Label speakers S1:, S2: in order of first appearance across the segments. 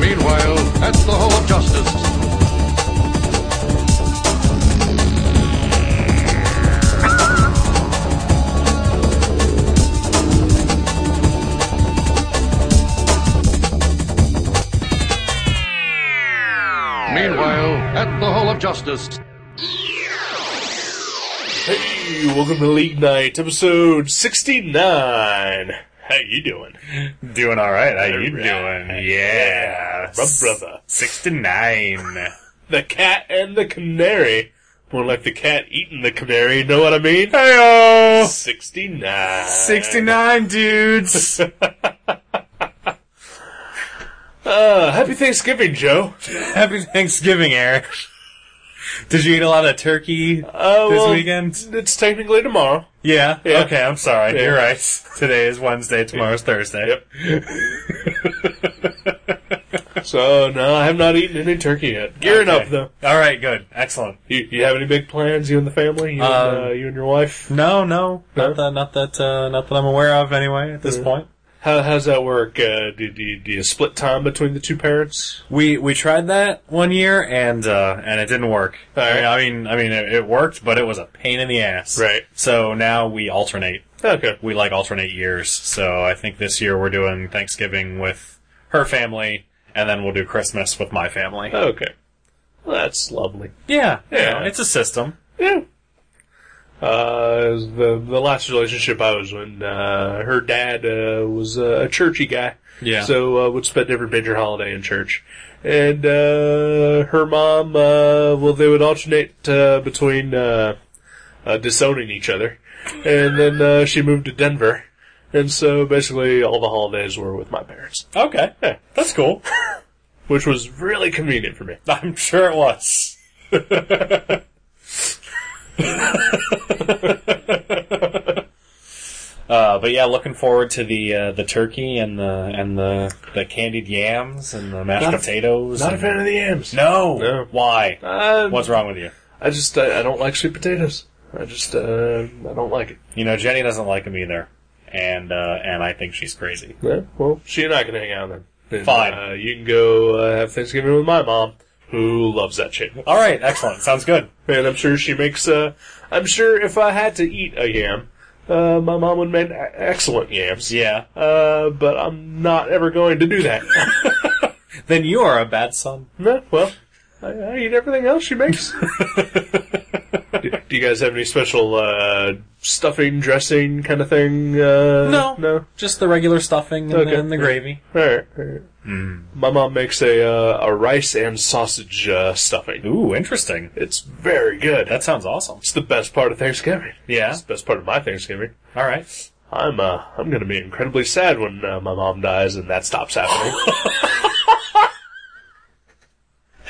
S1: Meanwhile, at the Hall of Justice. Meanwhile, at the Hall of Justice.
S2: Hey, welcome to League Night, episode 69. How you doing?
S3: Doing all right. How you
S2: All right.
S3: doing? Yeah,
S2: My brother.
S3: Six to nine.
S2: The cat and the canary. More like the cat eating the canary, know what I mean?
S3: Heyo,
S2: 69.
S3: sixty nine dudes.
S2: Uh, happy Thanksgiving, Joe.
S3: Happy Thanksgiving, Eric. Did you eat a lot of turkey
S2: Uh,
S3: this
S2: well,
S3: weekend?
S2: It's technically tomorrow.
S3: Yeah.
S2: yeah.
S3: Okay, I'm sorry.
S2: Yeah.
S3: You're right. Today is Wednesday. Tomorrow's Thursday.
S2: Yep. So, no, I have not eaten any turkey yet. Gearing
S3: Okay.
S2: up, though.
S3: All right. Good. Excellent.
S2: You, you have any big plans, you and the family? You, and,
S3: Um,
S2: uh, you and your wife?
S3: No, no,
S2: No?
S3: not that, not that, uh, not that I'm aware of. Anyway, at this point.
S2: How, how's that work? Uh, do, do, do you split time between the two parents?
S3: We we tried that one year and uh, and it didn't work.
S2: All right.
S3: I mean, I mean, I mean, it, it worked, but it was a pain in the ass.
S2: Right.
S3: So now we alternate.
S2: Okay.
S3: We like alternate years. So I think this year we're doing Thanksgiving with her family, and then we'll do Christmas with my family.
S2: Okay. Well, that's lovely.
S3: Uh, yeah, you
S2: Yeah.
S3: know, it's a system.
S2: Yeah. Uh, the the last relationship I was in, uh, her dad uh, was uh, a churchy guy.
S3: Yeah.
S2: So uh, would spend every major holiday in church, and uh, her mom. Uh, well, they would alternate uh, between uh, uh, disowning each other, and then uh, she moved to Denver, and so basically all the holidays were with my parents,
S3: Okay, yeah, that's cool.
S2: which was really convenient for me.
S3: I'm sure it was. uh, but yeah, looking forward to the uh, the turkey and the and the, the candied yams and the mashed
S2: Not a-
S3: potatoes.
S2: Not a
S3: and-
S2: fan of the yams.
S3: No.
S2: No.
S3: Why?
S2: Uh,
S3: What's wrong with you?
S2: I just I, I don't like sweet potatoes. I just uh, I don't like it.
S3: You know, Jenny doesn't like them either, and uh, and I think she's crazy.
S2: Yeah, well, she and I can hang out then. And,
S3: Fine.
S2: Uh, you can go uh, have Thanksgiving with my mom, who loves that shit.
S3: All right, excellent. Sounds good.
S2: And I'm sure she makes. Uh, I'm sure if I had to eat a yam, uh, my mom would make e- excellent yams.
S3: Yeah.
S2: Uh, but I'm not ever going to do that.
S3: Then you are a bad son.
S2: no, well, I, I eat everything else she makes. do, do you guys have any special uh, stuffing, dressing kind of thing? Uh,
S3: No.
S2: no.
S3: Just the regular stuffing and,
S2: Okay.
S3: and the gravy.
S2: All right. all right.
S3: Hmm.
S2: My mom makes a uh, a rice and sausage uh, stuffing.
S3: Ooh, interesting.
S2: It's very good.
S3: That sounds awesome.
S2: That's the best part of Thanksgiving.
S3: Yeah.
S2: It's the best part of my Thanksgiving.
S3: All right.
S2: I'm uh, I'm gonna be incredibly sad when uh, my mom dies and that stops happening.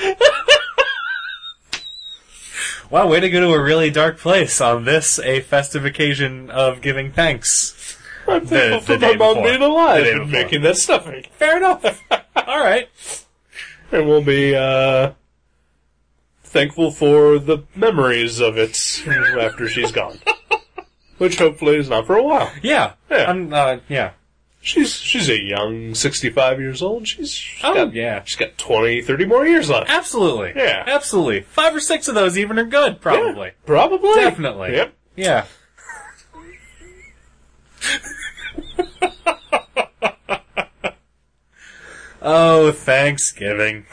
S3: Wow, way to go to a really dark place on this, a festive occasion of giving thanks.
S2: I'm thankful
S3: the
S2: for my
S3: day
S2: mom
S3: before.
S2: being
S3: The
S2: alive
S3: day
S2: and
S3: before.
S2: making that stuffing.
S3: Fair enough. All right.
S2: And we'll be uh, thankful for the memories of it after she's gone. Which hopefully is not for a while.
S3: Yeah.
S2: Yeah.
S3: I'm, uh, yeah.
S2: She's she's a young 65 years old. She's, she's
S3: Oh,
S2: got,
S3: yeah.
S2: She's got 20, 30 more years left.
S3: Absolutely.
S2: Yeah.
S3: Absolutely. Five or six of those even are good, probably.
S2: Probably.
S3: Definitely.
S2: Yep.
S3: Yeah. oh, Thanksgiving.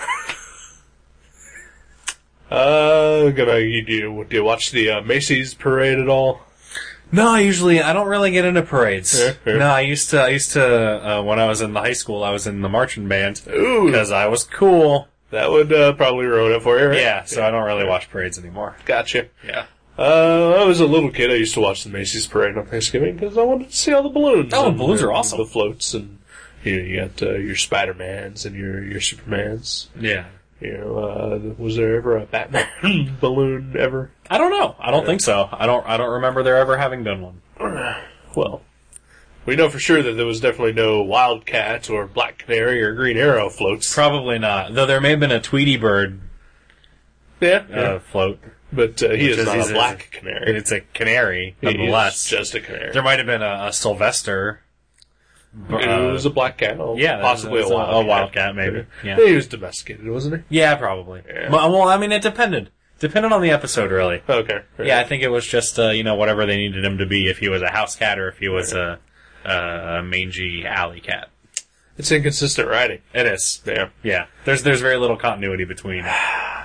S2: Uh, gonna you do you, do you watch the uh, Macy's parade at all?
S3: No, I usually I don't really get into parades.
S2: Yeah, yeah.
S3: No, I used to I used to uh, when I was in the high school I was in the marching band
S2: Ooh.
S3: because I was cool.
S2: That would uh, probably ruin it for you. Right?
S3: Yeah, so I don't really watch parades anymore.
S2: Gotcha.
S3: Yeah.
S2: Uh, I was a little kid. I used to watch the Macy's parade on Thanksgiving because I wanted to see all the balloons.
S3: Oh,
S2: and,
S3: balloons are
S2: uh,
S3: awesome.
S2: The floats and you know, you got uh, your Spider Mans and your your Supermans.
S3: Yeah.
S2: You know, uh, was there ever a Batman balloon ever?
S3: I don't know. I don't think so. I don't I don't remember there ever having been one.
S2: Well, We know for sure that there was definitely no wildcat or black canary or green arrow floats.
S3: Probably not. Though there may have been a Tweety bird
S2: yeah,
S3: uh,
S2: yeah.
S3: float.
S2: but uh, he
S3: which
S2: is,
S3: is-
S2: not
S3: he's
S2: a
S3: a-
S2: black canary.
S3: It's a canary,
S2: He is
S3: nonetheless.
S2: just a canary.
S3: There might have been a, a Sylvester.
S2: it was
S3: uh,
S2: a black cat. Or
S3: yeah,
S2: possibly
S3: it's
S2: a
S3: a-
S2: wild,
S3: a wildcat, maybe. Yeah.
S2: he was domesticated, wasn't
S3: yeah, probably.
S2: Yeah.
S3: Well, well, I mean, it depended. Depended on the episode, really.
S2: he? Okay. right.
S3: Yeah, I think it was just uh, you know whatever they needed him to be. If he was a house cat or if he was a, a mangy alley cat.
S2: it's inconsistent writing.
S3: It is.
S2: Yeah,
S3: Yeah. There's there's very little continuity between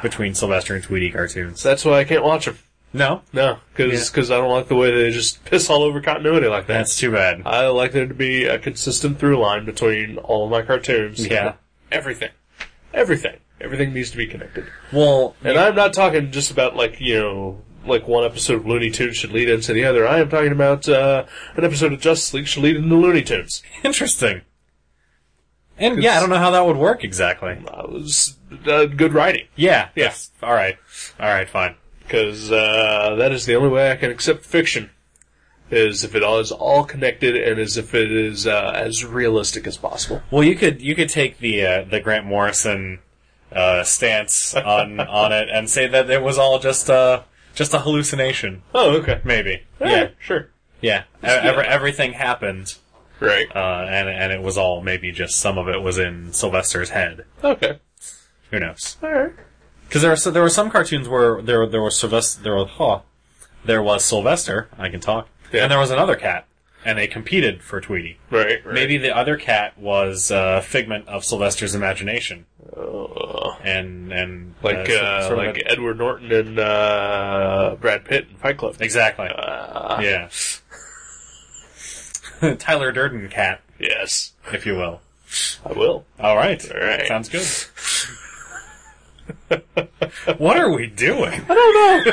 S3: between Sylvester and Tweety cartoons.
S2: that's why I can't watch them.
S3: No,
S2: No, because
S3: Yeah.
S2: I don't like the way they just piss all over continuity like that.
S3: that's too bad.
S2: I like there to be a consistent through line between all of my cartoons.
S3: Yeah.
S2: Everything. Everything. Everything needs to be connected.
S3: Well,
S2: And I'm not talking just about like, you know, like one episode of Looney Tunes should lead into the other. I am talking about uh, an episode of Justice League should lead into Looney Tunes.
S3: interesting. And yeah, I don't know how that would work exactly.
S2: Uh, it was uh, good writing
S3: Yeah.
S2: Yeah.
S3: that's- All right. All right. Fine.
S2: because uh, that is the only way I can accept fiction is if it all is all connected and as if it is uh, as realistic as possible.
S3: Well, you could you could take the uh, the Grant Morrison uh, stance on on it and say that it was all just uh just a hallucination,
S2: Oh, okay.
S3: maybe.
S2: Yeah,
S3: Yeah.
S2: sure.
S3: Yeah. E- ever- everything happened,
S2: Right.
S3: uh, and and it was all maybe just some of it was in Sylvester's head.
S2: Okay.
S3: Who knows?
S2: All right.
S3: Because there are so, there were some cartoons where there there was Sylvester there was huh, there was Sylvester. I can talk.
S2: Yeah.
S3: And there was another cat, and they competed for Tweety.
S2: Right. right.
S3: Maybe the other cat was a figment of Sylvester's imagination,
S2: Uh,
S3: and and
S2: like
S3: sort-
S2: uh,
S3: sort of
S2: like
S3: a-
S2: Edward Norton and uh, Brad Pitt and Fight Club.
S3: exactly,
S2: Uh,
S3: yeah. Tyler Durden cat,
S2: yes,
S3: if you will.
S2: I will.
S3: All right,
S2: All right.
S3: sounds good. what are we doing?
S2: I don't know.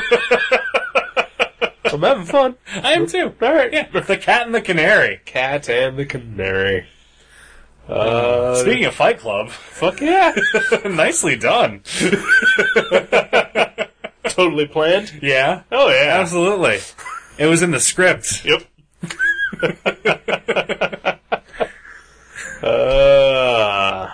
S2: I'm having fun.
S3: I am too.
S2: All right.
S3: Yeah, the cat and the canary.
S2: Cat and the Canary. Uh,
S3: Speaking of Fight Club,
S2: fuck yeah.
S3: nicely done.
S2: totally planned.
S3: Yeah,
S2: Oh yeah.
S3: absolutely. It was in the script.
S2: Yep. uh,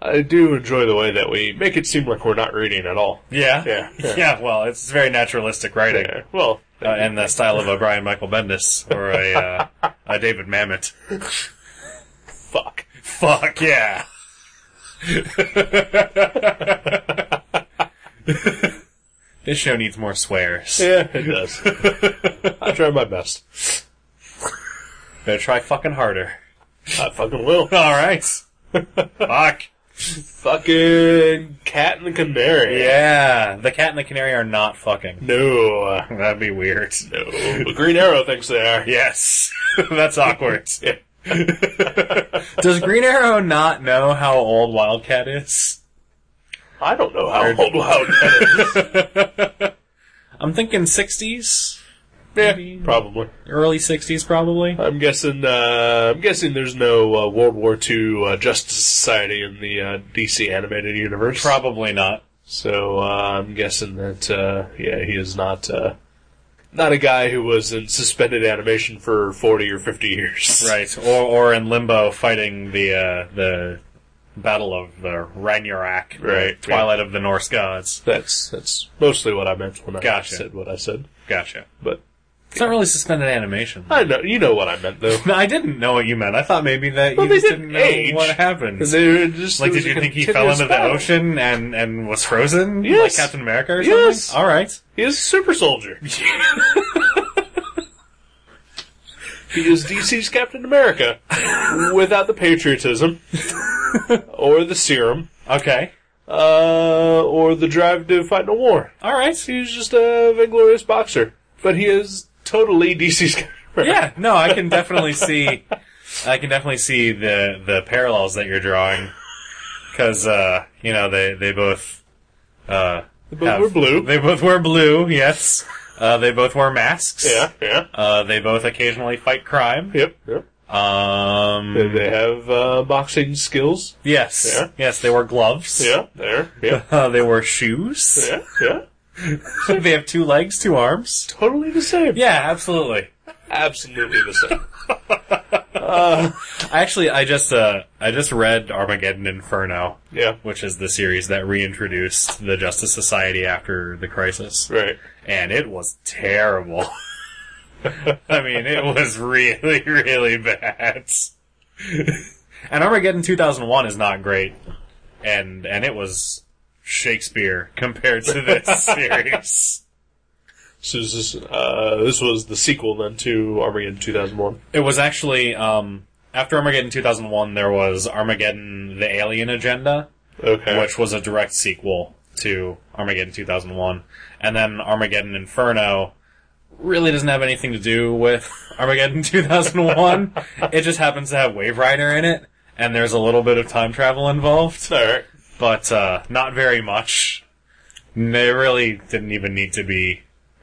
S2: I do enjoy the way that we make it seem like we're not reading at all.
S3: Yeah,
S2: Yeah, yeah.
S3: yeah. Well, it's very naturalistic writing.
S2: Yeah, Well,
S3: uh, and the style of a Brian Michael Bendis or a, uh, a David Mamet.
S2: fuck.
S3: Fuck yeah! this show needs more swears.
S2: Yeah, it does. I try my best.
S3: Better try fucking harder.
S2: I fucking will.
S3: All right. Fuck
S2: fucking cat and the canary.
S3: yeah! The cat and the canary are not fucking.
S2: No.
S3: That'd be weird.
S2: No. But Green Arrow thinks they are.
S3: Yes, that's awkward.
S2: Yeah.
S3: Does Green Arrow not know how old Wildcat is?
S2: I don't know how old Wildcat is.
S3: I'm thinking 60s,
S2: yeah, probably.
S3: early 60s, probably.
S2: I'm guessing. Uh, I'm guessing there's no uh, World War II uh, Justice Society in the uh, DC animated universe.
S3: Probably not.
S2: So uh, I'm guessing that uh, yeah, he is not uh, not a guy who was in suspended animation for 40 or 50 years.
S3: Right, or or in limbo fighting the uh, the battle of the Ragnarok, the
S2: Right,
S3: Twilight of the Norse gods.
S2: That's that's mostly what I meant when I
S3: Gotcha.
S2: said what I said.
S3: Gotcha.
S2: But
S3: It's not really suspended animation.
S2: I know you know what I meant though.
S3: No, I didn't know what you meant. I thought maybe that
S2: Well,
S3: you
S2: they
S3: just
S2: didn't
S3: didn't,
S2: age.
S3: know what happened.
S2: They were just-
S3: like,
S2: it was
S3: did you
S2: a
S3: think he fell
S2: continuous
S3: into the
S2: battle.
S3: ocean and and was frozen?
S2: Yes.
S3: like Captain America or something.
S2: Yes.
S3: All right.
S2: He is a super soldier. he is DC's Captain America without the patriotism or the serum
S3: Okay.
S2: uh, or the drive to fight in a war.
S3: All right.
S2: He's just a vainglorious boxer, but he is totally DC's Captain America.
S3: Yeah. No, I can definitely see. I can definitely see the the parallels that you're drawing, because uh, you know they they both. Uh,
S2: But we're
S3: have-
S2: blue.
S3: They both wear blue. Yes. Uh, they both wear masks.
S2: Yeah, yeah.
S3: Uh, they both occasionally fight crime.
S2: Yep, yep. They-
S3: Um.
S2: They have uh, boxing skills.
S3: Yes.
S2: Yeah.
S3: Yes. They wear gloves.
S2: Yeah, there. Yeah,
S3: Uh, they wear shoes.
S2: yeah, yeah.
S3: they have two legs, two arms.
S2: Totally the same.
S3: Yeah, absolutely.
S2: absolutely the same.
S3: Actually, I just uh, I just read Armageddon Inferno,
S2: Yeah.
S3: which is the series that reintroduced the Justice Society after the Crisis,
S2: Right.
S3: and it was terrible. I mean, it was really, really bad. and Armageddon 2001 is not great, and and it was Shakespeare compared to this series.
S2: So this is, uh, this was the sequel then to Armageddon 2001.
S3: It was actually um, after Armageddon 2001, there was Armageddon: The Alien Agenda.
S2: Okay.
S3: which was a direct sequel to Armageddon 2001. And then Armageddon Inferno really doesn't have anything to do with Armageddon 2001. it just happens to have Wave Rider in it, and there's a little bit of time travel involved,
S2: Alright.
S3: but uh, not very much. They really didn't even need to be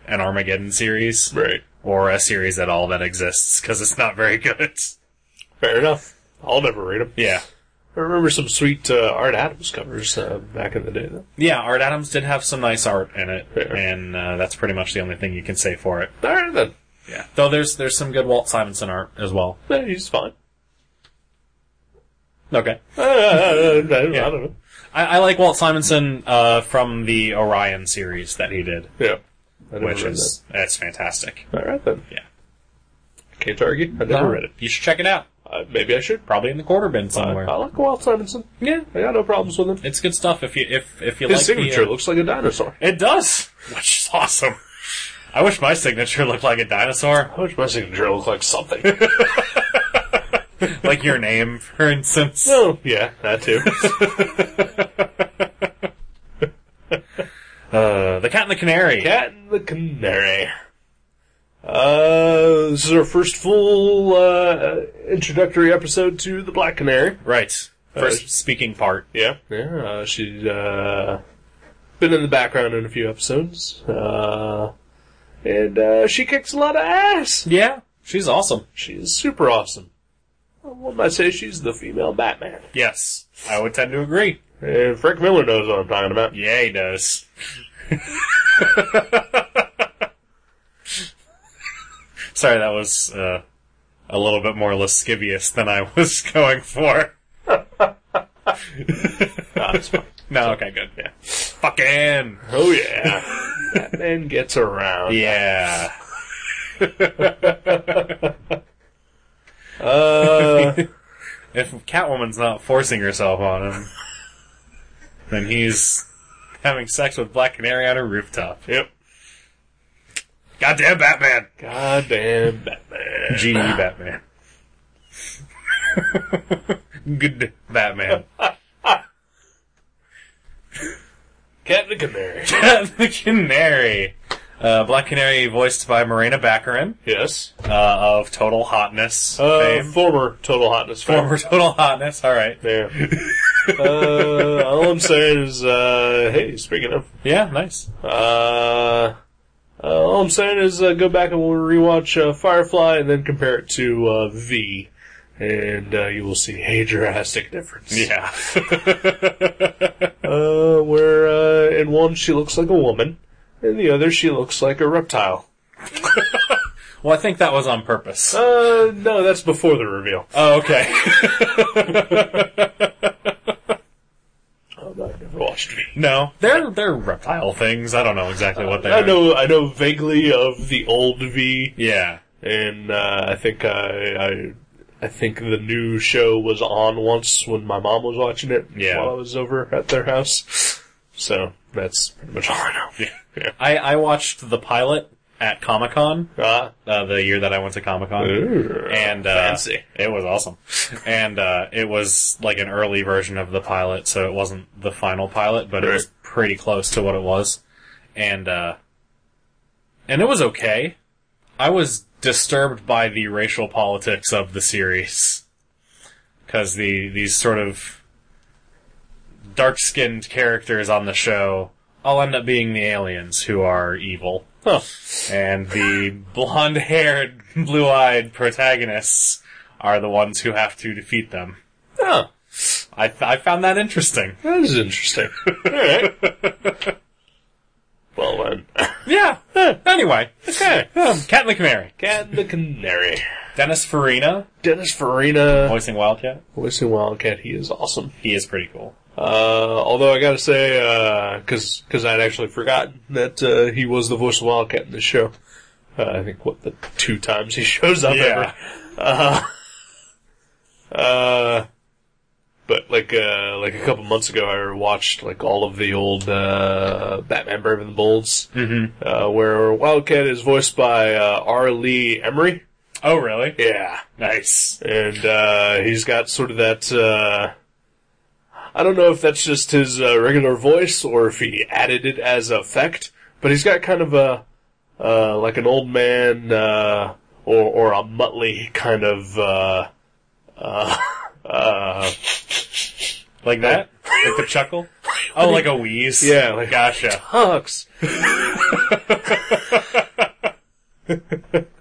S3: an Armageddon series
S2: Right.
S3: or a series at all that exists because it's not very good.
S2: Fair enough. I'll never read them.
S3: Yeah.
S2: I remember some sweet uh, Art Adams covers uh, back in the day, though.
S3: Yeah, Art Adams did have some nice art in it,
S2: Fair.
S3: and uh, that's pretty much the only thing you can say for it.
S2: All right then.
S3: Yeah. Though there's there's some good Walt Simonson art as well.
S2: Eh, He's fine.
S3: Okay.
S2: Uh, I, don't,
S3: Yeah.
S2: I don't know.
S3: I, I like Walt Simonson uh, from the Orion series that he did,
S2: Yeah. I never
S3: which
S2: read
S3: is that's fantastic.
S2: that. all right then.
S3: Yeah.
S2: Can't argue. I never read it.
S3: You should check it out.
S2: Uh, maybe I should.
S3: Probably in the quarter bin
S2: I,
S3: somewhere.
S2: I like Walt Simonson.
S3: yeah.
S2: I got no problems with him.
S3: It's good stuff if you if if you
S2: His
S3: like the,
S2: signature
S3: uh,
S2: looks like a dinosaur.
S3: it does, which is awesome. I wish my signature looked like a dinosaur,
S2: How much my signature looks like something?
S3: like your name, for instance.
S2: oh, yeah, that too.
S3: Uh, the Cat and the Canary.
S2: Cat and the Canary. Uh, this is our first full uh, introductory episode to the Black Canary.
S3: Right. First speaking part.
S2: Yeah, yeah. Uh, she's uh, been in the background in a few episodes, uh, and uh, she kicks a lot of ass.
S3: Yeah. She's awesome.
S2: She's super awesome. One might say she's the female Batman.
S3: Yes, I would tend to agree.
S2: And Frank Miller knows what I'm talking about.
S3: Yeah, he does. Sorry, that was uh, a little bit more lascivious than I was going for. No, okay, good. Yeah, fucking
S2: Oh yeah, Batman gets around.
S3: yeah.
S2: Uh,
S3: If Catwoman's not forcing herself on him, then he's having sex with Black Canary on a rooftop.
S2: yep.
S3: Goddamn Batman!
S2: Goddamn Batman.
S3: GE Batman. Good Batman.
S2: Cat and the Canary.
S3: the Canary. Uh, Black Canary voiced by Marina Baccarin
S2: Yes.
S3: uh, of Total Hotness
S2: Uh,
S3: fame.
S2: former Total Hotness. fan.
S3: Oh, Former Total Hotness, alright.
S2: Yeah. uh, all I'm saying is, uh, hey, speaking of,
S3: Yeah, nice.
S2: uh, uh, all I'm saying is uh, go back and we'll rewatch uh, Firefly and then compare it to uh, V, and uh, you will see a drastic difference.
S3: Yeah.
S2: Uh, where uh, in one she looks like a woman, in the other she looks like a reptile.
S3: well, I think that was on purpose.
S2: Uh, no, that's before the reveal.
S3: Oh, okay.
S2: Oh, no, I've never watched V.
S3: no, they're they're reptile things. I don't know exactly what they
S2: I
S3: are.
S2: know, I know vaguely of the old V.
S3: Yeah.
S2: and uh, I think I, I I think the new show was on once when my mom was watching it
S3: Yeah.
S2: while I was over at their house. So that's pretty much all I know. Yeah.
S3: I I watched the pilot at Comic Con
S2: Uh,
S3: uh, the year that I went to Comic Con. and uh,
S2: fancy.
S3: it was awesome. And uh, it was like an early version of the pilot, so it wasn't the final pilot, but it was
S2: Right.
S3: pretty close to what it was. And uh, and it was okay. I was disturbed by the racial politics of the series because the these sort of dark skinned characters on the show all end up being the aliens who are evil
S2: Huh.
S3: and the blonde haired, blue eyed protagonists are the ones who have to defeat them.
S2: Huh.
S3: I, I found that interesting.
S2: That is interesting. All right. Well then.
S3: Yeah. eh, Anyway,
S2: Okay.
S3: um, Cat and the Canary.
S2: Cat and the Canary.
S3: Dennis Farina,
S2: Dennis Farina.
S3: voicing Wildcat.
S2: Voicing Wildcat, he is awesome.
S3: He is pretty cool.
S2: Uh, although I gotta say, uh, cause, cause I'd actually forgotten that, uh, he was the voice of Wildcat in this show. Uh, I think, what, the two times he shows up ever. Uh, but like uh, like a couple months ago, I watched like all of the old uh, Batman Brave and the Bolds, uh, where Wildcat is voiced by uh, R. Lee Emery.
S3: Oh, really?
S2: Yeah,
S3: Nice.
S2: and uh, he's got sort of that. Uh, I don't know if that's just his uh, regular voice or if he added it as effect, but he's got kind of a uh, like an old man uh, or or a mutley kind of. Uh,
S3: Like that? like the chuckle? Oh, like a wheeze?
S2: Yeah, like- uh,
S3: gotcha.
S2: Hux.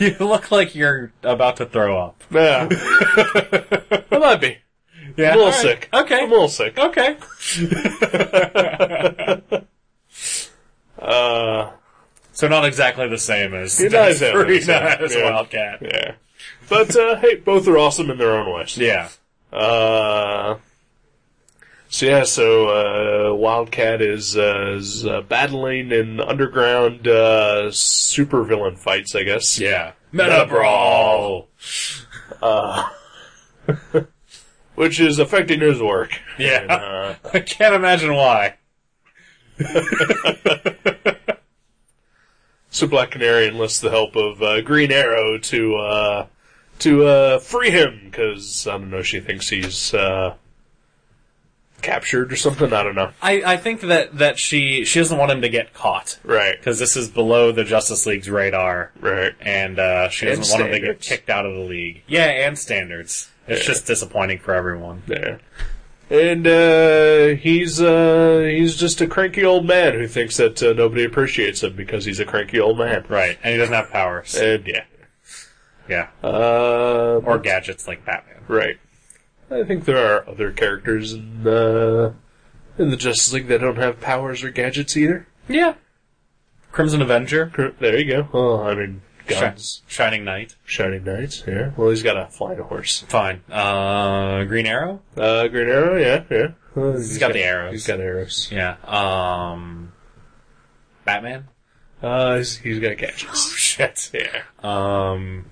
S3: You look like you're about to throw up.
S2: Yeah. I might be.
S3: Yeah.
S2: I'm a little
S3: all right.
S2: sick. I'm a little sick.
S3: Okay. Okay.
S2: Uh,
S3: So not exactly the same as
S2: You're not
S3: Dennis
S2: exactly the
S3: Farina
S2: same.
S3: as
S2: Yeah.
S3: Wildcat.
S2: yeah. But, uh, hey, both are awesome in their own ways.
S3: Yeah.
S2: Uh, so yeah, so, uh, Wildcat is, uh, is uh, battling in underground, uh, supervillain fights, I guess.
S3: Yeah. Meta brawl.
S2: Which is affecting his work.
S3: Yeah.
S2: Uh,
S3: I can't imagine why.
S2: so Black Canary enlists the help of, uh, Green Arrow to, uh, to, uh, free him, cause, I don't know, she thinks he's, uh, captured or something, I don't know.
S3: I, I think that, that she she doesn't want him to get caught
S2: Right.
S3: because this is below the Justice League's radar,
S2: Right.
S3: and uh, she
S2: And
S3: doesn't want him to get
S2: standards.
S3: kicked out of the league. Yeah, and standards. It's just disappointing for everyone.
S2: there. And uh, he's uh, he's just a cranky old man who thinks that uh, nobody appreciates him because he's a cranky old man.
S3: Right, and he doesn't have powers.
S2: And yeah,
S3: Yeah,
S2: uh,
S3: or gadgets like Batman.
S2: right. I think there are other characters in the in the Justice League that don't have powers or gadgets either.
S3: Yeah, Crimson Avenger,
S2: Cor- There you go. Oh, I mean, guns,
S3: Shi- Shining Knight.
S2: shining knights. Yeah. Well, he's got a flying horse.
S3: Fine. Uh, Green Arrow.
S2: Uh, Green Arrow. Yeah, yeah. Uh,
S3: got the arrows.
S2: He's got arrows.
S3: Yeah. Um, Batman.
S2: Uh, he's, he's got gadgets.
S3: Shit.
S2: Yeah.
S3: Um,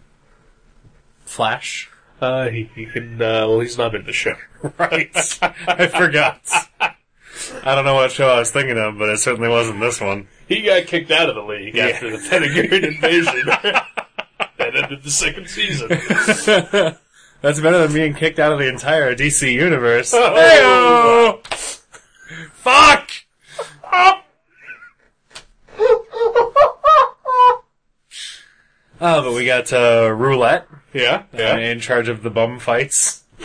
S3: Flash.
S2: Uh, he, he can, uh, well, he's not in the show.
S3: Right. I forgot. I don't know what show I was thinking of, but it certainly wasn't this one.
S2: He got kicked out of the league after the Pentagon invasion. that ended the second season.
S3: That's better than being kicked out of the entire DC universe.
S2: Oh.
S3: Hey-o! Fuck! Oh, but we got uh, Roulette
S2: Yeah,
S3: uh,
S2: yeah.
S3: in charge of the bum fights.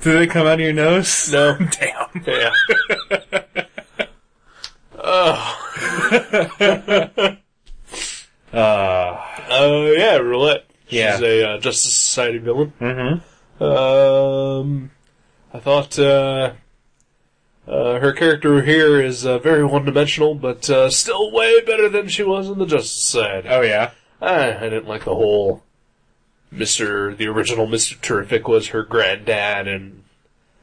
S3: Do they come out of your nose?
S2: No,
S3: Damn.
S2: yeah. Oh. uh, yeah, Roulette.
S3: Yeah.
S2: She's a uh, Justice Society villain. Mm-hmm. Um, I thought, uh, uh, her character here is uh, very one-dimensional, but uh, still way better than she was in the Justice Society.
S3: Oh yeah.
S2: I, I didn't like the whole Mr. the original Mr. Terrific was her granddad and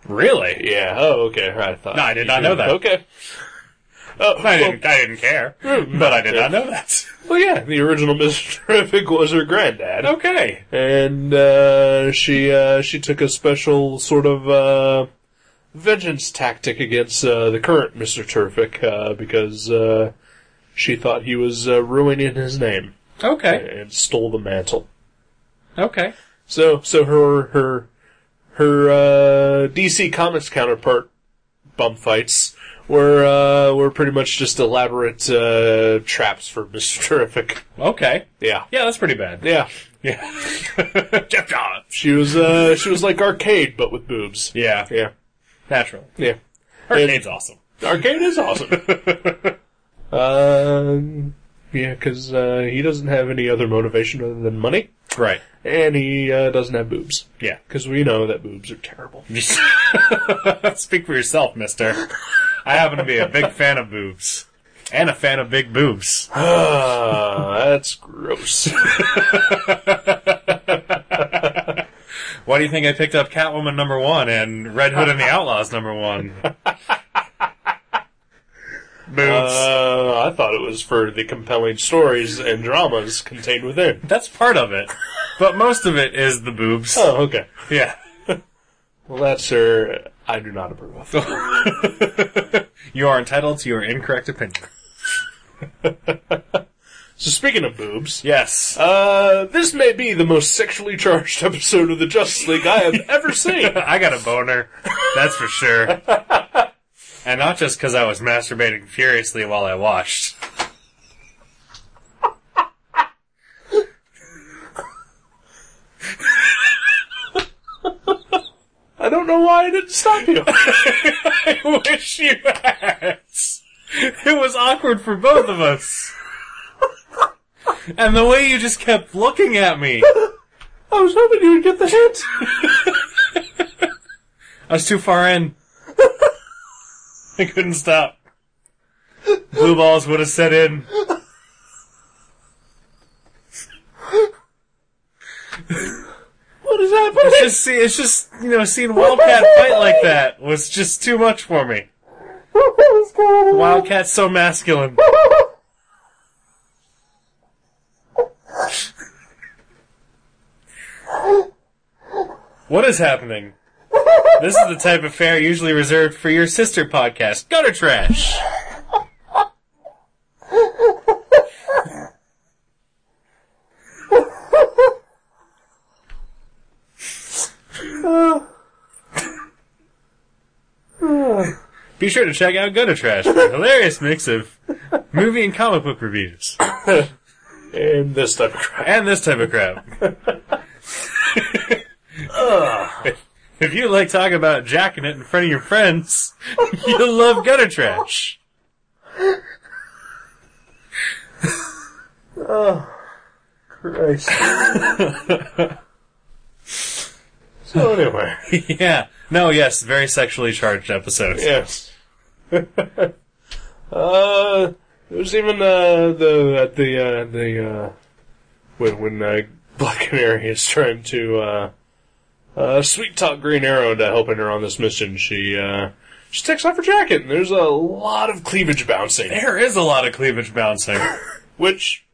S3: Really?
S2: yeah, oh okay, I thought
S3: No, I did not know that.
S2: Okay. Oh,
S3: I didn't. I didn't care, but I did not know that.
S2: Well, well, yeah, the original Mr. Terrific was her granddad.
S3: Okay.
S2: And uh she uh she took a special sort of uh vengeance tactic against uh the current Mr. Terrific uh because uh she thought he was uh, ruining his name
S3: Okay.
S2: and stole the mantle.
S3: Okay.
S2: So so her her her uh, DC Comics counterpart bum fights were uh, were pretty much just elaborate uh, traps for Mister Terrific.
S3: Okay.
S2: Yeah,
S3: Yeah, that's pretty bad.
S2: yeah.
S3: Yeah. Jeff Johns.
S2: She was uh, she was like arcade but with boobs.
S3: Yeah.
S2: yeah,
S3: Natural.
S2: yeah.
S3: Her name's awesome.
S2: Arcade is awesome. um, yeah, because uh, he doesn't have any other motivation other than money.
S3: Right.
S2: And he uh, doesn't have boobs.
S3: Yeah.
S2: Because we know that boobs are terrible.
S3: Speak for yourself, mister. I happen to be a big fan of boobs. And a fan of big boobs.
S2: Ah, that's gross.
S3: Why do you think I picked up Catwoman number one and Red Hood and the Outlaws number one? boobs.
S2: Uh, I thought it was for the compelling stories and dramas contained within.
S3: That's part of it. But most of it is the boobs.
S2: Oh, okay.
S3: Yeah.
S2: Well, that, sir, I do not approve of.
S3: You are entitled to your incorrect opinion.
S2: So, speaking of boobs,
S3: Yes.
S2: uh, this may be the most sexually charged episode of the Justice League I have ever seen.
S3: I got a boner. That's for sure. And not just because I was masturbating furiously while I watched.
S2: I don't know why I didn't stop you.
S3: I wish you had. It was awkward for both of us. And the way you just kept looking at me.
S2: I was hoping you would get the hint.
S3: I was too far in. I couldn't stop. Blue balls would have set in.
S2: What is happening?
S3: Just see, it's just you know, seeing Wildcat fight like that was just too much for me.
S2: What is going on?
S3: Wildcat's so masculine. What is happening? This is the type of fare usually reserved for your sister podcast, Gutter Trash. Be sure to check out Gutter Trash for a hilarious mix of movie and comic book reviews.
S2: And this type of crap.
S3: And this type of crap. if you like talking about jacking it in front of your friends, you'll love gutter trash.
S2: Christ. so anyway,
S3: yeah. No, yes, very sexually charged episode.
S2: yes. uh, there was even uh, the at the uh, the uh, when when uh, Black Canary is trying to uh, uh, sweet talk Green Arrow into helping her on this mission. She uh, she takes off her jacket, and there's a lot of cleavage bouncing,
S3: There is a lot of cleavage bouncing.
S2: which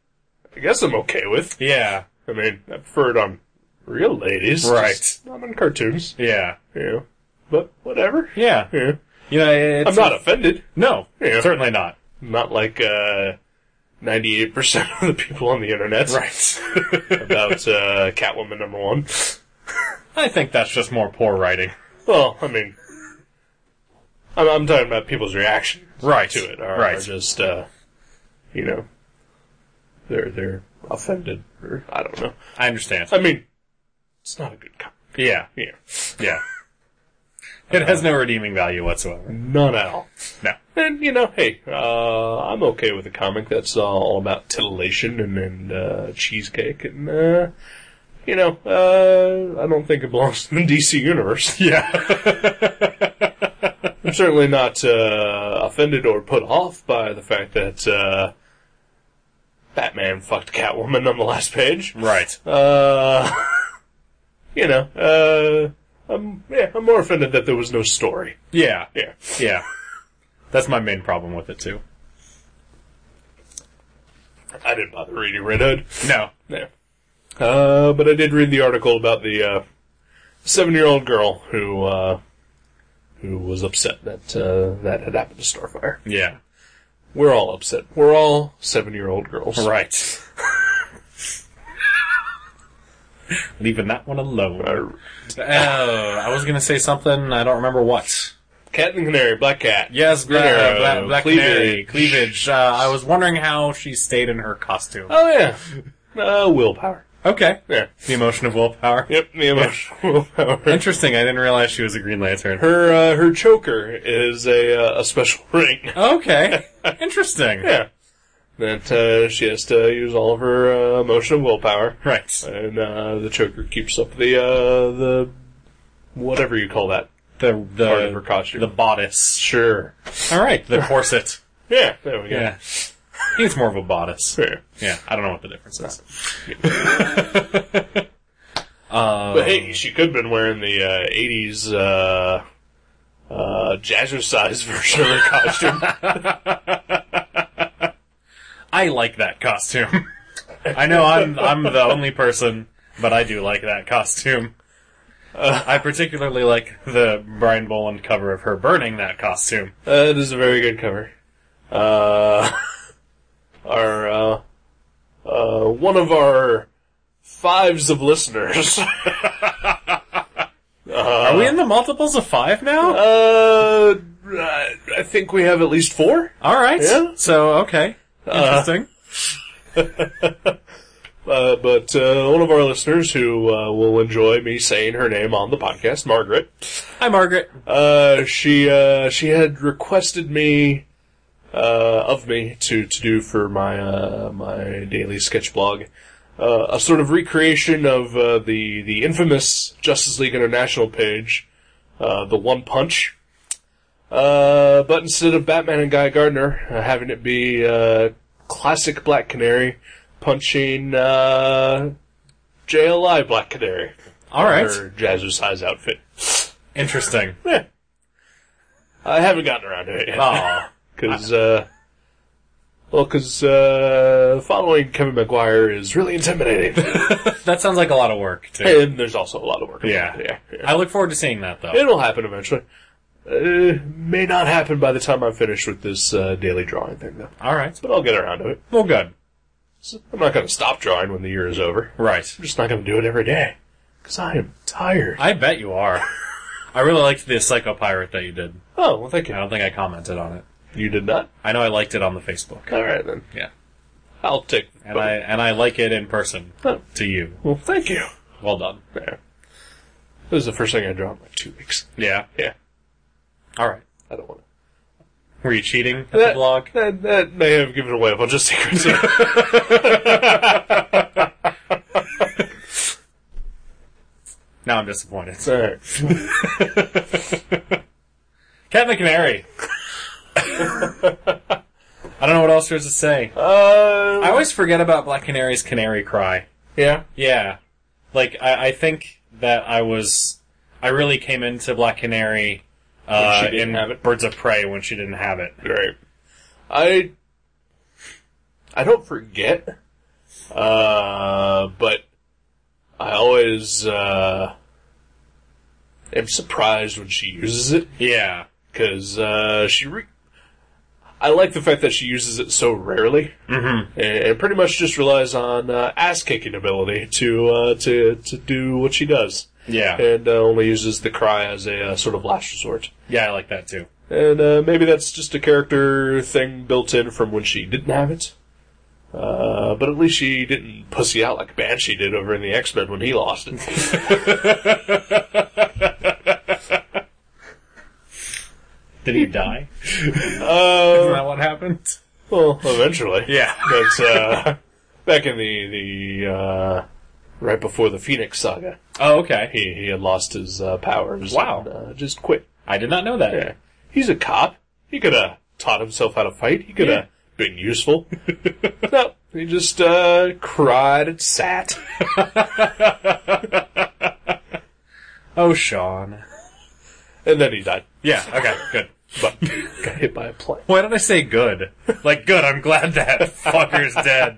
S2: I guess I'm okay with.
S3: yeah.
S2: I mean, I prefer it on real ladies,
S3: Right.
S2: just Not on cartoons,
S3: Yeah.
S2: you know. But whatever.
S3: Yeah.
S2: Yeah.
S3: You know, it's
S2: I'm not offended.
S3: No,
S2: Yeah.
S3: certainly not.
S2: Not like uh, 98% of the people on the internet
S3: Right.
S2: about uh, Catwoman number one.
S3: I think that's just more poor writing.
S2: Well, I mean, I'm, I'm talking about people's reaction
S3: Right.
S2: to it. Are,
S3: right.
S2: are just, uh, you know, they're they're offended. Or, I don't know.
S3: I understand.
S2: I mean, it's not a good comic.
S3: Yeah.
S2: Yeah.
S3: Yeah. It has no redeeming value whatsoever.
S2: None at all.
S3: No.
S2: And you know, hey, uh, I'm okay with a comic that's uh, all about titillation and, and uh, cheesecake, and uh, you know, uh, I don't think it belongs to the DC universe.
S3: Yeah.
S2: I'm certainly not uh, offended or put off by the fact that uh, Batman fucked Catwoman on the last page.
S3: Right.
S2: Uh, you know, uh, I'm yeah, I'm more offended that there was no story.
S3: Yeah.
S2: Yeah.
S3: Yeah. That's my main problem with it too.
S2: I didn't bother reading Red Hood.
S3: No.
S2: Yeah. Uh, but I did read the article about the uh, seven-year-old girl who uh, who was upset that uh, that had happened to Starfire.
S3: Yeah.
S2: We're all upset. We're all seven-year-old girls.
S3: Right. Leaving that one alone.
S2: Uh,
S3: Oh, I was gonna say something. I don't remember what.
S2: cat and Canary, Black Cat.
S3: Yes, Black, uh,
S2: Canary,
S3: Black, Black
S2: cleavage.
S3: Canary, cleavage. Uh, I was wondering how she stayed in her costume.
S2: Oh yeah. Uh, willpower.
S3: Okay.
S2: Yeah.
S3: The emotion of willpower.
S2: Yep. The emotional willpower.
S3: Interesting. I didn't realize she was a Green Lantern.
S2: Her uh, her
S3: Oh.
S2: choker is a uh, a special ring.
S3: Okay. Interesting.
S2: Yeah. that uh, she has to use all of her uh, emotional willpower,
S3: Right.
S2: and uh, the choker keeps up the uh, the whatever you call that.
S3: The the
S2: Part of her costume.
S3: Uh, the bodice.
S2: Sure.
S3: All right, the corset.
S2: Yeah. There we go.
S3: Yeah, it's more of a bodice.
S2: Fair.
S3: Yeah, I don't know what the difference is. Uh,
S2: But hey, she could have been wearing the uh, 80s uh, uh, jazzercise version of her costume. Uh,
S3: I like that costume. I know I'm I'm the only person, but I do like that costume. Uh, I particularly like the Brian Boland cover of her burning that costume.
S2: Uh, it is a very good cover. Uh, our uh, uh, one of our fives of listeners.
S3: Are we in the multiples of five now?
S2: uh, I I think we have at least four.
S3: All right.
S2: yeah.
S3: So okay, interesting.
S2: Uh, but uh, one of our listeners who uh, will enjoy me saying her name on the podcast, Margaret.
S3: Hi, Margaret.
S2: Uh, she uh, she had requested me uh, of me to, to do for my uh, my daily sketch blog uh, a sort of recreation of uh, the the infamous Justice League International page, uh, the One Punch. Uh, but instead of Batman and Guy Gardner, uh, having it be uh, classic Black Canary punching uh, JLI Black Canary,
S3: All right.
S2: her jazzercise outfit.
S3: Interesting.
S2: Yeah. I haven't gotten around to it yet.
S3: Oh,
S2: Because, uh, well, because, uh, following Kevin McGuire is really intimidating.
S3: that sounds like a lot of work too.
S2: and there's also a lot of work.
S3: Yeah.
S2: yeah. yeah.
S3: I look forward to seeing that though.
S2: It'll happen eventually. Uh, may not happen by the time I'm finished with this uh, daily drawing thing, though.
S3: All right.
S2: But I'll get around to it.
S3: Well, good.
S2: So I'm not going to stop drawing when the year is over.
S3: Right.
S2: I'm just not going to do it every day. Because I am tired.
S3: I bet you are. I really liked the Psycho Pirate that you did.
S2: oh, well, thank you.
S3: I don't think I commented on it.
S2: You did not?
S3: I know I liked it on the Facebook.
S2: All right, then.
S3: Yeah.
S2: I'll take
S3: And I and I like it in person
S2: Oh,
S3: to you.
S2: well, thank you.
S3: Well done.
S2: Yeah. This is the first thing I draw in like two weeks.
S3: Yeah.
S2: Yeah.
S3: All right.
S2: I don't want to.
S3: Were you cheating at
S2: Uh,
S3: the blog?
S2: That, that may have given away a bunch of secrets.
S3: Now I'm disappointed.
S2: Alright.
S3: Kevin Canary. I don't know what else there is to say. I
S2: Uh,
S3: always forget about Black Canary's canary cry.
S2: yeah.
S3: Yeah. Like, I, I think that I was, I really came into Black Canary, uh,
S2: When she didn't
S3: in
S2: have it.
S3: Birds of Prey when she didn't have it.
S2: Right. I. I don't forget. Uh, but I always, uh, am surprised when she uses it.
S3: Yeah.
S2: because uh, she. Re- I like the fact that she uses it so rarely, mm-hmm. and, and pretty much just relies on uh, ass kicking ability to uh, to to do what she does,
S3: Yeah.
S2: and uh, only uses the cry as a uh, sort of last resort.
S3: Yeah, I like that too.
S2: And uh, maybe that's just a character thing built in from when she didn't have it. Uh, but at least she didn't pussy out like Banshee did over in the X Men when he lost it.
S3: Did he die?
S2: Uh,
S3: Isn't that what happened?
S2: well, eventually.
S3: Yeah.
S2: But uh, back in the the uh, right before the Phoenix Saga,
S3: Oh, okay.
S2: he he had lost his uh, powers.
S3: Wow.
S2: and, uh, just quit.
S3: I did not know that.
S2: Yeah, he's a cop. He could have taught himself how to fight. He could have
S3: Yeah.
S2: been useful. no, he just uh, cried and sat.
S3: Oh, Sean.
S2: And then he died.
S3: Yeah, okay, good.
S2: But got hit by a plane.
S3: Why did I say good? Like, good, I'm glad that fucker's dead.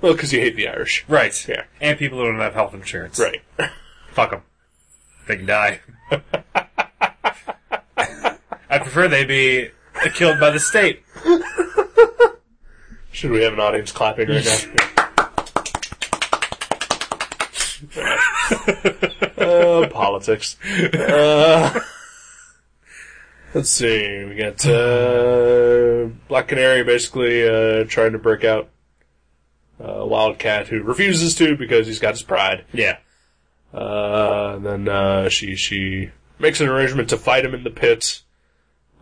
S2: Well, because you hate the Irish,
S3: Right.
S2: Yeah.
S3: And people who don't have health insurance.
S2: right?
S3: Fuck them. They can die. I prefer they be killed by the state.
S2: Should we have an audience clapping right now? uh, politics. Uh, let's see. We got uh, Black Canary basically uh, trying to break out uh, Wildcat, who refuses to because he's got his pride.
S3: Yeah.
S2: Uh, and then uh, she she makes an arrangement to fight him in the pit.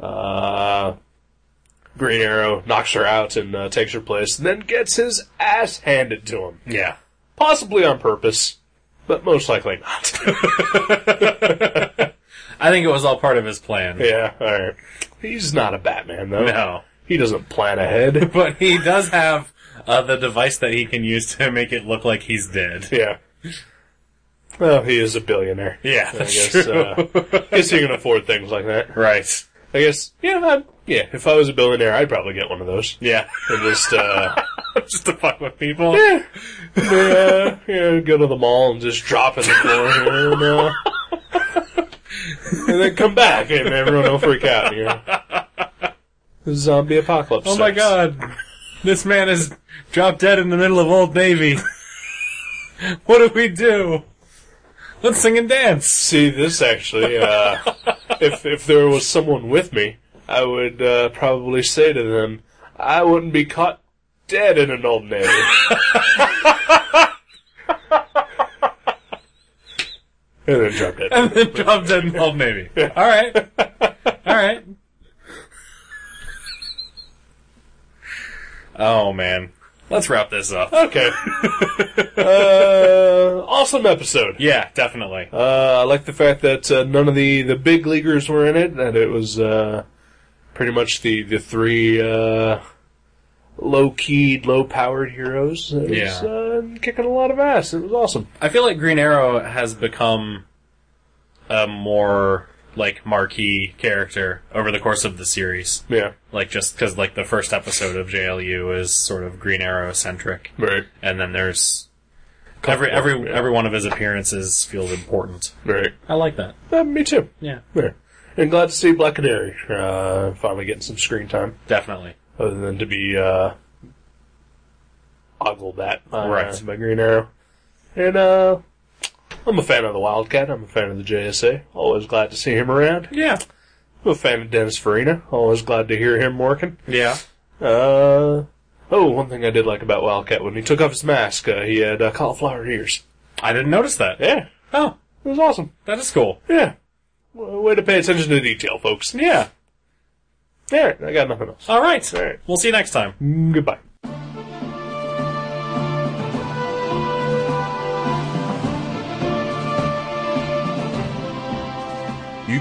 S2: Uh, Green Arrow knocks her out and uh, takes her place, and then gets his ass handed to him.
S3: Yeah.
S2: Possibly on purpose, but most likely not.
S3: I think it was all part of his plan.
S2: yeah, alright. He's not a Batman, though.
S3: No.
S2: He doesn't plan ahead.
S3: But he does have uh, the device that he can use to make it look like he's dead.
S2: yeah. Well, he is a billionaire.
S3: Yeah,
S2: I guess,
S3: that's true.
S2: uh, I guess he can afford things like that.
S3: right.
S2: I guess, yeah, I'd, yeah. If I was a billionaire, I'd probably get one of those.
S3: Yeah.
S2: And just, uh,
S3: Just to fuck with people.
S2: yeah, yeah, yeah, go to the mall and just drop it in the floor here and, uh, and then come back and everyone will freak out. You know, zombie apocalypse.
S3: Oh my
S2: starts.
S3: god. This man is dropped dead in the middle of Old Navy. what do we do? Let's sing and dance.
S2: See this actually. Uh, if if there was someone with me, I would uh, probably say to them, I wouldn't be caught dead in an old navy. and then drop dead.
S3: dropped dead in Old Navy. Alright. Alright. Oh man. Let's wrap this up.
S2: Okay. Uh, awesome episode.
S3: Yeah, definitely.
S2: Uh, I like the fact that uh, none of the, the big leaguers were in it, that it was uh, pretty much the, the three uh, low keyed, low powered heroes. It was
S3: Yeah.
S2: uh, kicking a lot of ass. It was awesome.
S3: I feel like Green Arrow has become a more like marquee character over the course of the series.
S2: Yeah.
S3: like just because like the first episode of JLU is sort of Green Arrow centric,
S2: Right.
S3: and then there's every every
S2: yeah.
S3: every one of his appearances feels important.
S2: Right.
S3: I like that.
S2: Uh, me too.
S3: Yeah,
S2: Yeah. And glad to see Black Canary uh, finally getting some screen time,
S3: definitely.
S2: other than to be uh, ogled at by,
S3: Right.
S2: by Green Arrow. And uh, I'm a fan of the Wildcat. I'm a fan of the JSA. Always glad to see him around.
S3: Yeah,
S2: I'm a fan of Dennis Farina. Always glad to hear him working.
S3: yeah,
S2: Uh, oh, one thing I did like about Wildcat when he took off his mask, uh, he had uh, cauliflower ears.
S3: I didn't notice that.
S2: Yeah,
S3: Oh,
S2: it was awesome.
S3: that is cool.
S2: Yeah. W- Way to pay attention to detail, folks.
S3: Yeah.
S2: There, I got nothing else.
S3: All right.
S2: All right.
S3: We'll see you next time.
S2: Mm, Goodbye. You